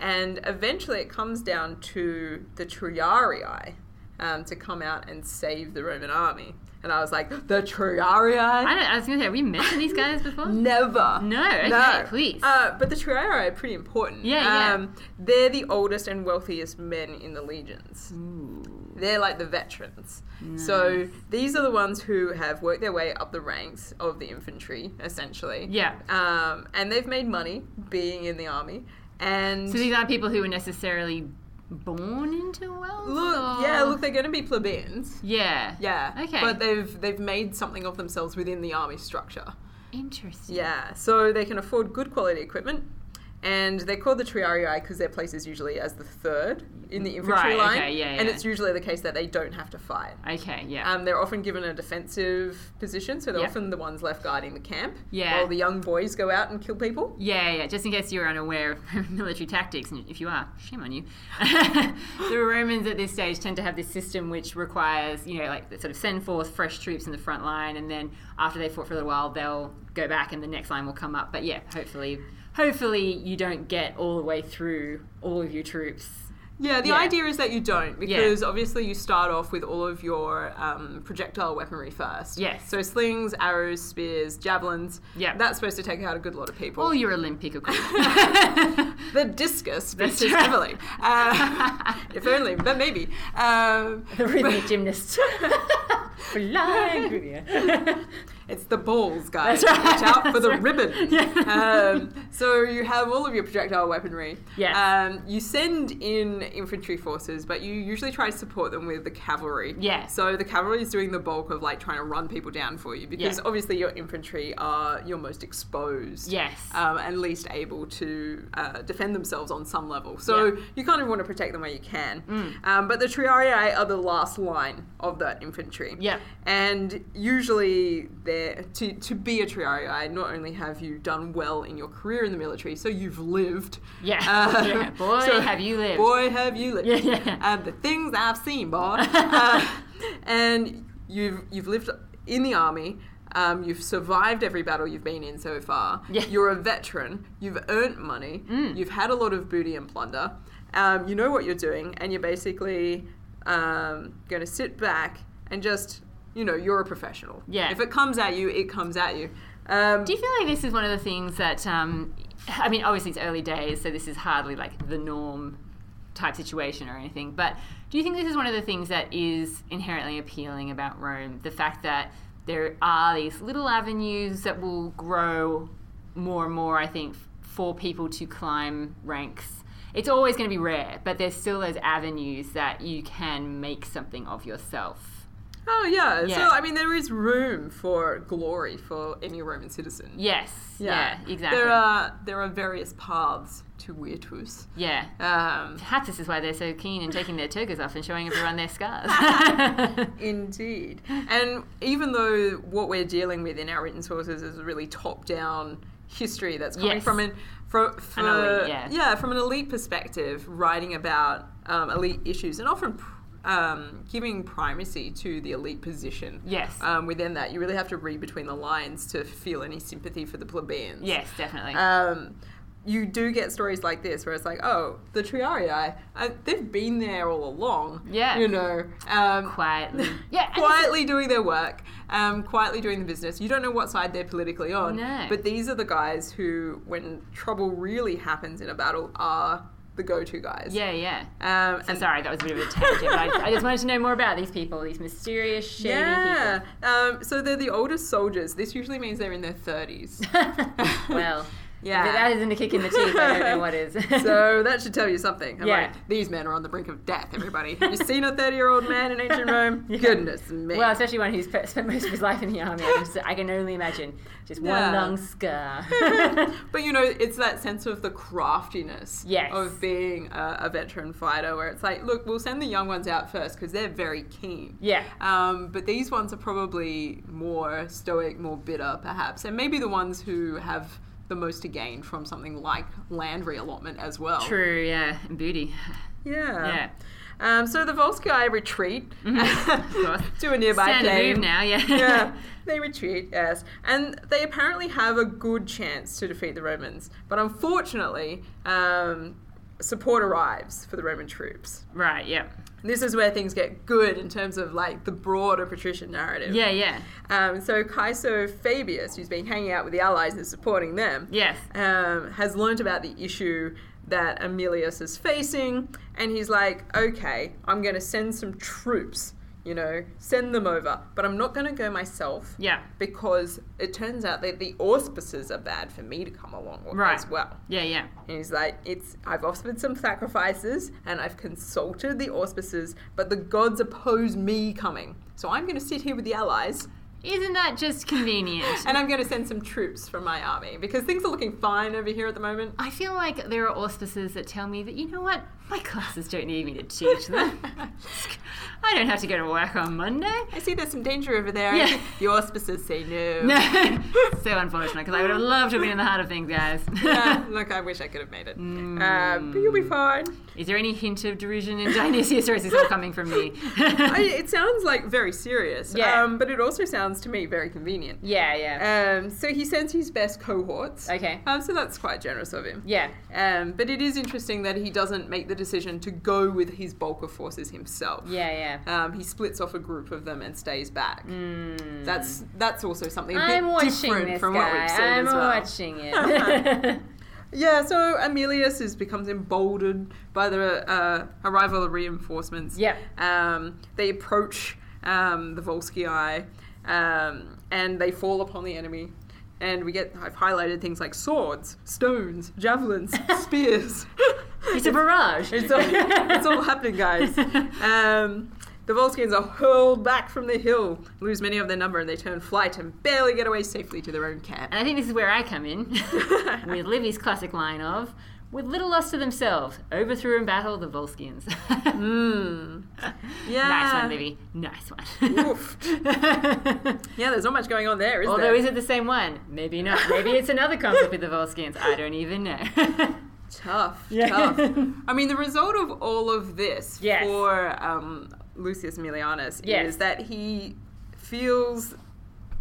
and eventually it comes down to the Triarii um, to come out and save the Roman army. And I was like, the I, Triarii? don't, I was going to say, have we mentioned these guys before? Never. No, okay, please. Uh, but the Triarii are pretty important. Yeah, yeah. Um, they're the oldest and wealthiest men in the legions. Ooh. They're like the veterans. So these are the ones who have worked their way up the ranks of the infantry, essentially. Yeah. Um, and they've made money being in the army. And So these aren't people who were necessarily born into wealth? look, or- yeah, look, they're going to be plebeians. Yeah. Yeah. Okay. But they've they've made something of themselves within the army structure. Interesting. Yeah, so they can afford good quality equipment, and they're called the Triarii because their place is usually as the third in the infantry Right, line, okay, yeah, and yeah. it's usually the case that they don't have to fight. Okay, yeah. Um, they're often given a defensive position, so they're Yeah. often the ones left guarding the camp Yeah. while the young boys go out and kill people. Yeah, yeah. Just in case you're unaware of <laughs> military tactics, and if you are, shame on you. <laughs> the Romans at this stage tend to have this system which requires, you know, like they sort of send forth fresh troops in the front line, and then after they fought for a little while, they'll go back, and the next line will come up. But yeah, hopefully, hopefully you don't get all the way through all of your troops. Yeah, the Yeah. idea is that you don't because obviously you start off with all of your um, projectile weaponry first. Yes. So slings, arrows, spears, javelins. Yeah. That's supposed to take out a good lot of people. All your Olympic <laughs> equipment. The discus That's versus right. Emily. Uh, if only, but maybe. Um, The rhythmic <laughs> gymnast. Flying through the air. it's the balls, guys. That's right. Watch out for the That's right. ribbon. Yeah. Um, so you have all of your projectile weaponry. Yes. Um, you send in infantry forces, but you usually try to support them with the cavalry. Yeah. So the cavalry is doing the bulk of like trying to run people down for you because Yeah. obviously your infantry are your most exposed. yes. um, and least able to uh, defend themselves on some level. So Yeah. Mm. you kind of want to protect them where you can. Um, but the Triarii are the last line of that infantry. Yeah. And usually, they're, to, to be a Triarii, not only have you done well in your career in the military, so you've lived. Yeah. Uh, Yeah. <laughs> Boy, have you lived. Boy, have you lived. Yeah, yeah. Um, the things I've seen, boy. <laughs> Uh, and you've, you've lived in the army. Um, you've survived every battle you've been in so far. Yeah. Mm. You're a veteran. You've earned money. You've had a lot of booty and plunder. Um, you know what you're doing, and you're basically um, going to sit back and just, you know, you're a professional. Yeah. If it comes at you, it comes at you. Um, Do you feel like this is one of the things that, um, I mean, obviously it's early days, so this is hardly like the norm type situation or anything, but do you think this is one of the things that is inherently appealing about Rome? The fact that there are these little avenues that will grow more and more, I think, f- for people to climb ranks. It's always going to be rare, but there's still those avenues that you can make something of yourself. oh, yeah. Yeah. So, I mean, there is room for glory for any Roman citizen. Yes. Yeah, exactly. There are, there are various paths to Virtus. yeah. Um, Perhaps this is why they're so keen in taking their togas off and showing everyone their <laughs> scars. Indeed. And even though what we're dealing with in our written sources is a really top down history that's coming Yes. from an from, for, elite, yeah. from an elite perspective, writing about um, elite issues and often pr- um, giving primacy to the elite position. yes. Um, within that, you really have to read between the lines to feel any sympathy for the plebeians. yes, definitely. Um, you do get stories like this where it's like, oh, the Triarii, uh, they've been there all along. Yeah. You know, um, <laughs> quietly. Yeah, and it's- quietly doing their work, um, quietly doing the business. You don't know what side they're politically on. No. But these are the guys who, when trouble really happens in a battle, are the go to guys. yeah, yeah. Um, So sorry, that was a bit of a tangent. but I, I just wanted to know more about these people, these mysterious, shady Yeah. Um, so they're the oldest soldiers. This usually means they're in <laughs> their 30s. people. well, <laughs> Yeah. if <laughs> that isn't a kick in the teeth. I don't know what is. <laughs> so that should tell you something. I'm Yeah. like, these men are on the brink of death, everybody. Have you seen a 30 year old man in ancient <laughs> Rome? Goodness <laughs> me. well, especially one who's pe- spent most of his life in the army. I, just, I can only imagine just one Yeah. long <laughs> scar. <laughs> but you know, it's that sense of the craftiness Yes. of being a, a veteran fighter where it's like, look, we'll send the young ones out first because they're very keen. yeah. Um, but these ones are probably more stoic, more bitter, perhaps, and maybe the ones who have the most to gain from something like land realotment as well. True. Yeah. And booty. Yeah. Yeah. Um, so the Volsci retreat course. <laughs> to a nearby Standard plain. move now. Yeah. yeah, <laughs> they retreat, yes. And they apparently have a good chance to defeat the Romans. But unfortunately, um, support arrives for the Roman troops. right. Yeah. This is where things get good in terms of like the broader patrician narrative. Yeah. Yeah. Um, so Caesar Fabius, who's been hanging out with the allies and supporting them, Yes. um, has learnt about the issue that Emilius is facing, and he's like, okay, I'm going to send some troops, you know, send them over, but I'm not going to go myself Yeah. because it turns out that the auspices are bad for me to come along with Right. as well. Yeah. Yeah. And he's like, it's I've offered some sacrifices and I've consulted the auspices, but the gods oppose me coming. So I'm going to sit here with the allies Isn't that just convenient? and I'm going to send some troops from my army because things are looking fine over here at the moment. I feel like there are auspices that tell me that you know what, my classes don't need me to teach them. <laughs> I don't have to go to work on Monday. I see there's some danger over there. Yeah. <laughs> The auspices say no. <laughs> No, so unfortunate because I would have loved to have been in the heart of things, guys. Yeah, look, I wish I could have made it. Mm. Um, but you'll be fine. <laughs> Is there any hint of derision in Dionysius, or is this all coming from me? I, <laughs> it sounds like very serious, Yeah. um, but it also sounds to me very convenient. Yeah, yeah. Um, so he sends his best cohorts. okay. Um, so that's quite generous of him. Yeah. Um, but it is interesting that he doesn't make the decision to go with his bulk of forces himself. Yeah, yeah. Um, he splits off a group of them and stays back. Mm. That's that's also something a bit I'm watching different this from guy. what we've seen I'm as well. watching <laughs> it. Yeah, so Amelius is becomes emboldened by the uh, arrival of reinforcements. Yep. Um, they approach um, the Volscii um, and they fall upon the enemy. And we get, I've highlighted things like swords, stones, <laughs> javelins, spears. it's a barrage. <laughs> It's all, it's all happening, guys. Um, the Volscians are hurled back from the hill, lose many of their number, and they turn flight and barely get away safely to their <laughs> own camp. And I think this is where I come in <laughs> with Livy's classic line of, with little loss to themselves, overthrew in battle the <laughs> Volscians. Mm. Yeah. Nice one, Livy. Nice one. Oof. Yeah, there's not much going on there, <laughs> is Although, there? is it the same one? Maybe not. Maybe it's another conflict with the Volscians. I don't even know. <laughs> tough, <laughs> Yeah. tough. I mean, the result of all of this Yes. for um, Lucius Aemilianus Yes. is that he feels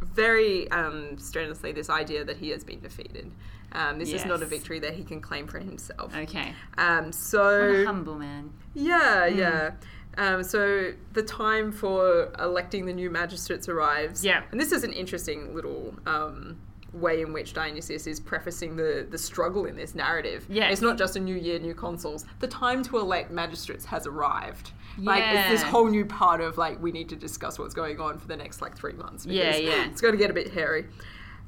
very um, strenuously this idea that he has been defeated. Um, this is not a Yes. victory that he can claim for himself. okay. Um, What a so humble man. yeah, Hmm. yeah. Um, so the time for electing the new magistrates arrives. Yeah. and this is an interesting little um, way in which Dionysius is prefacing the the struggle in this narrative. Yes. it's not just a new year, new consuls. The time to elect magistrates has arrived. Like it's this Yeah. whole new part of like we need to discuss what's going on for the next like three months. Yeah, because yeah. It's going to get a bit hairy.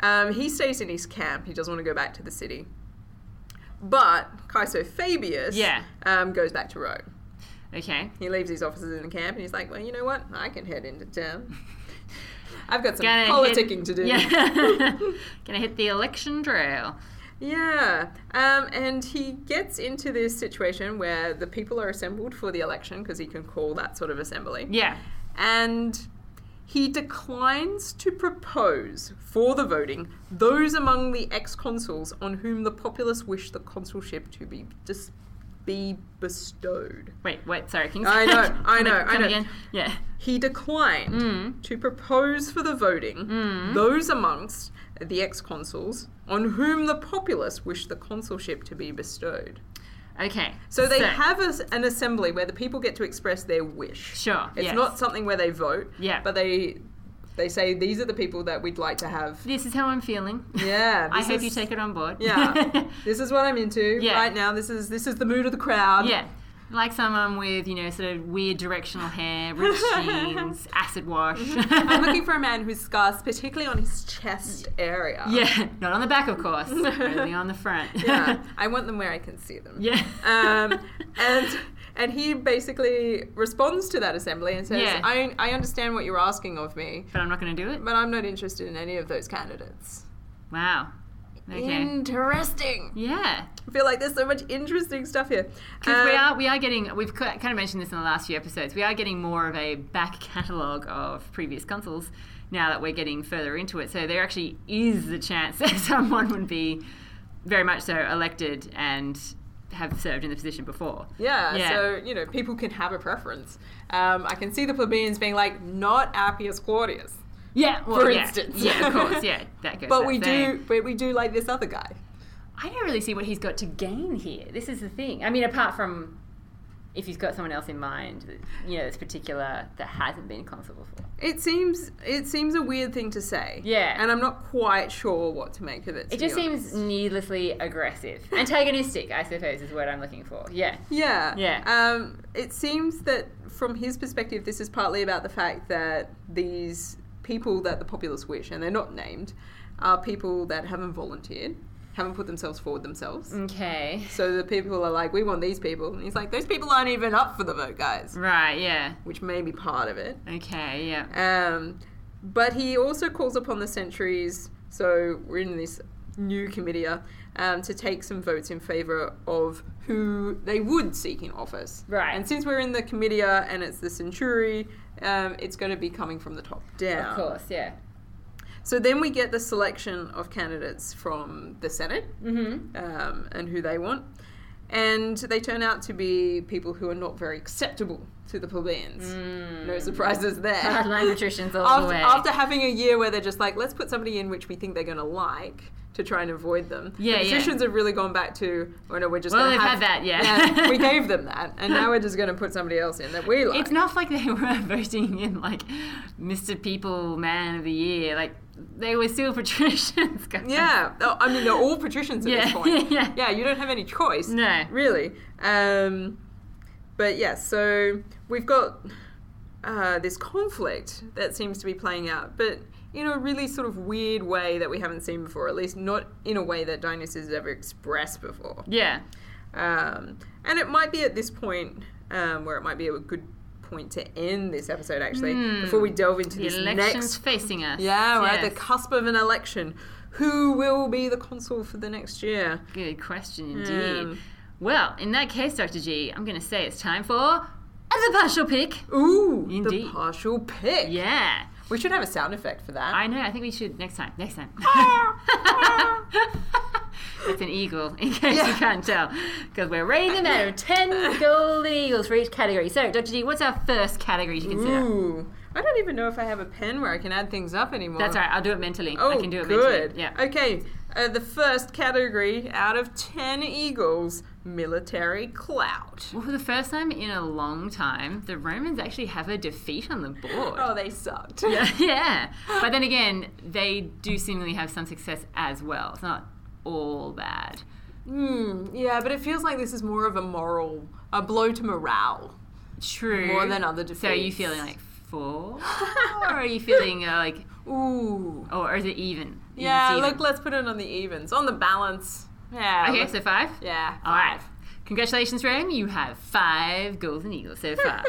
Um, he stays in his camp. He doesn't want to go back to the city. But Caesar Fabius Yeah. um, goes back to Rome. Okay. He leaves his officers in the camp and he's like, well, you know what? I can head into town. <laughs> I've got some hit, politicking to do. Yeah. <laughs> Gonna hit the election trail. <laughs> Yeah. Um, and he gets into this situation where the people are assembled for the election because he can call that sort of assembly. Yeah. and he declines to propose for the voting those among the ex consuls on whom the populace wish the consulship to be dis- be bestowed. Wait, wait, sorry. Can you <laughs> I know, I Come know, ag- I come know. Again? Yeah. Mm. Hmm. He declined to propose for the voting Mm-hmm. those amongst the ex consuls, on whom the populace wished the consulship to be bestowed. Okay. So they have a s an assembly where the people get to express their wish. Sure. It's yes. not something where they vote. Yeah. But they they say these are the people that we'd like to <laughs> have. This is how I'm feeling. Yeah. I this hope you is- take it on board. Yeah. this is what I'm into Yeah. right now. This is this is the mood of the crowd. <laughs> yeah. Like someone with, you know, sort of weird directional hair, <laughs> ripped jeans, acid wash. Mm-hmm. I'm <laughs> looking for a man who's scars, particularly on his chest area. Yeah, not on the back, of <laughs> course. only on the front. Yeah. I want them where I can see them. <laughs> yeah. um, and and he basically responds to that assembly and says, Yeah. I, I understand what you're asking of me, but I'm not going to do it. but I'm not interested in any of those candidates. Wow. Okay. Interesting. yeah, I feel like there's so much interesting stuff here. because we Um, are we are getting we've ki- kind of mentioned this in the last few episodes. We are getting more of a back catalogue of previous consuls now that we're getting further into it. So there actually is the chance <laughs> that someone would be very much so elected and have served in the position before. Yeah, Yeah. so, you know, people can have a preference. Um, I can see the plebeians being like, not Appius Claudius. Yeah, well, For yeah. instance. yeah, of course, <laughs> yeah, that goes. But without we saying. do but we do like this other guy. I don't really see what he's got to gain here. This is the thing. I mean, apart from if he's got someone else in mind, that, you know, that's particular that hasn't been consul before. It seems it seems a weird thing to say. Yeah. And I'm not quite sure what to make of it. to It just be honest. seems needlessly aggressive. Antagonistic, I suppose, is what I'm looking for. Yeah. Yeah. Yeah. Um, it seems that from his perspective, this is partly about the fact that these people that the populace wish, and they're not named, are people that haven't volunteered, haven't put themselves forward themselves. Mm. Okay. So the people are like, we want these people. And he's like, those people aren't even up for the vote, guys, Right. Yeah. which may be part of it. Okay. Yeah. Um, but he also calls upon the centuries, so we're in this new comitia, um, to take some votes in favour of who they would seek in office. Right. And since we're in the comitia and it's the century, um, it's going to be coming from the top down. Of course, yeah. So then we get the selection of candidates from the Senate Mm-hmm. um, and who they want. And they turn out to be people who are not very acceptable to the plebeians. Mm. No surprises there. <laughs> Hardline patricians all the after, way. after having a year where they're just like, let's put somebody in which we think they're going to like to try and avoid them. Yeah, the yeah. Patricians have really gone back to, oh no, we're just Well, going they've to had have that, yeah. <laughs> we gave them that, and now we're just going to put somebody else in that we like. It's not like they <laughs> were voting in like Mr. People Man of the Year. Like they were still patricians. <laughs> guys. yeah, oh, I mean they're all patricians at this Yeah. <laughs> point. yeah. yeah, you don't have any choice. No. Really. Um, but yeah, so we've got uh, this conflict that seems to be playing out, but in a really sort of weird way that we haven't seen before, at least not in a way that Dionysus has ever expressed before. Yeah. Um, and it might be at this point um, where it might be a good point to end this episode, actually, Hmm. before we delve into The this election's next facing us. yeah, we're at the Yes. cusp of an election. Who will be the consul for the next year? Good question Hmm. indeed. Well, in that case, Dr. G, I'm going to say it's time for the partial pick. Ooh, the Indeed. partial pick. Yeah. We should have a sound effect for <laughs> that. Ah, I know. I think we should next time. Next <laughs> time. <laughs> it's an eagle, in case you Yeah. can't tell, because we're rating them out of ten gold eagles for each category. So, Dr. G, what's our first category to Mm. consider? Ooh, I don't even know if I have a pen where I can add things up anymore. That's all right. I'll do it mentally. Oh, I can do it good. mentally. Yeah. Okay. Uh, the first category out of ten eagles, military clout. Well, for the first time in a long time, the Romans actually have a defeat on the board. Oh, they sucked. <laughs> yeah. But then again, they do seemingly have some success as well. It's not all bad. <laughs> Hmm, yeah, but it feels like this is more of a moral, a blow to morale. True. More than other Mm. So, are you defeats. feeling like four? or are you feeling uh, like, Ooh. or is it even? Yeah, It's even. look, let's put it on the evens, on the balance. Yeah. Okay, let's- so five? yeah. All right. five. Congratulations, Rome. You have five golden eagles so <laughs> far.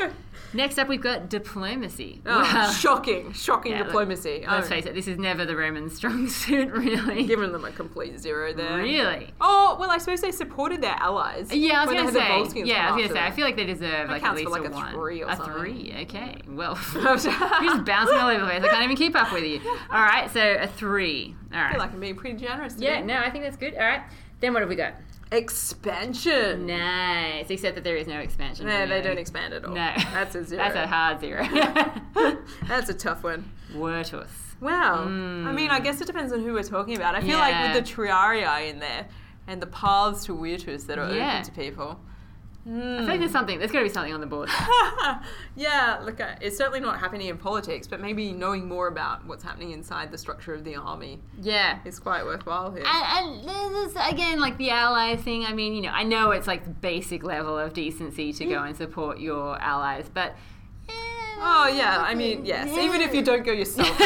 Next up, we've got <laughs> diplomacy. Oh, Well, shocking, shocking yeah, look, diplomacy. Let's Oh, face it, this is never the Roman strong <laughs> suit, really. giving them a complete zero there. Really? Oh well, I suppose they supported their allies. Yeah, I was when gonna they had the say. Volscians Yeah, I come was gonna say. I after feel like they deserve like at counts for, least like, a, a one, three or a something. three. Okay, <laughs> well, <laughs> them. you're just bouncing all over the place. I can't even keep up with you. All right, so a three. All <laughs> I feel right. like I'm being pretty generous. Yeah, today. no, I think that's good. All right. Then what have we got? Expansion. Nice. Except that there is no expansion. No, they really. don't expand at all. No. That's a zero. <laughs> That's <laughs> a hard zero. <laughs> That's a tough one. Wirtus. Wow. I mean, I guess it depends on who we're talking about. I feel like Hmm. Yeah. with the triarii in there and the paths to weirdos that are Yeah. open to people. I think there's something. There's got to be something on the board. <laughs> yeah, look, uh, it's certainly not happening in politics, but maybe knowing more about what's happening inside the structure of the army Yeah. is quite worthwhile here. And, and this is, again, like the ally thing. I mean, you know, I know it's like the basic level of decency to go and support your allies, but. Oh yeah, I mean yes. Even if you don't go yourself, <laughs>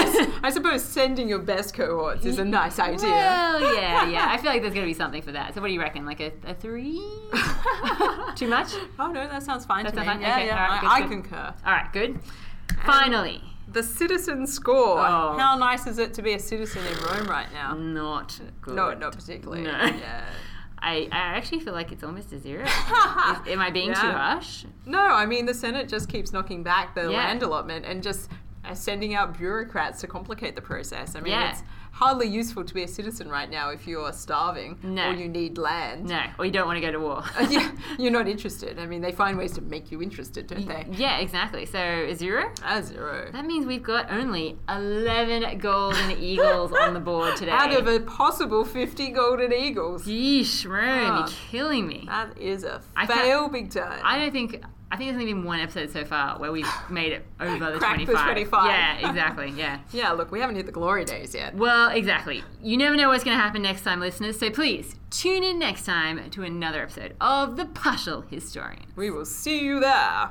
I suppose sending your best cohorts is a nice idea. Well, yeah, yeah. <laughs> I feel like there's going to be something for that. So, what do you reckon? Like a, a three? Too much? Oh no, that sounds fine That to sounds me. fine? Yeah, Okay, yeah, alright, I, good, good. I concur. All right, good. Finally, The citizen score. Oh. How nice is it to be a citizen in Rome right now? not good. No, not particularly. Mm. No. Yeah. I, I actually feel like it's almost a <laughs> zero. Is- am I being too Yeah. harsh? No, I mean the Senate just keeps knocking back the Yeah. land allotment and just uh, sending out bureaucrats to complicate the process. I mean, Yeah. it's hardly useful to be a citizen right now if you're starving No. or you need land. No, or you don't want to go to war. <laughs> yeah, you're not interested. I mean, they find ways to make you interested, don't they? yeah, exactly. So, a zero? A zero. That means we've got only 11 <laughs> golden eagles on the board today. Out of a possible 50 golden eagles. Yeesh, Rome, Ah. you're killing me. That is a I can't- fail big time. I don't think. I think there's only been one episode so far where we've made it over the Cracked the 25. 25. Yeah, exactly. Yeah. yeah, look, we haven't hit the glory days yet. Well, exactly. You never know what's going to happen next time, listeners. So please tune in next time to another episode of The Partial Historian. We will see you there.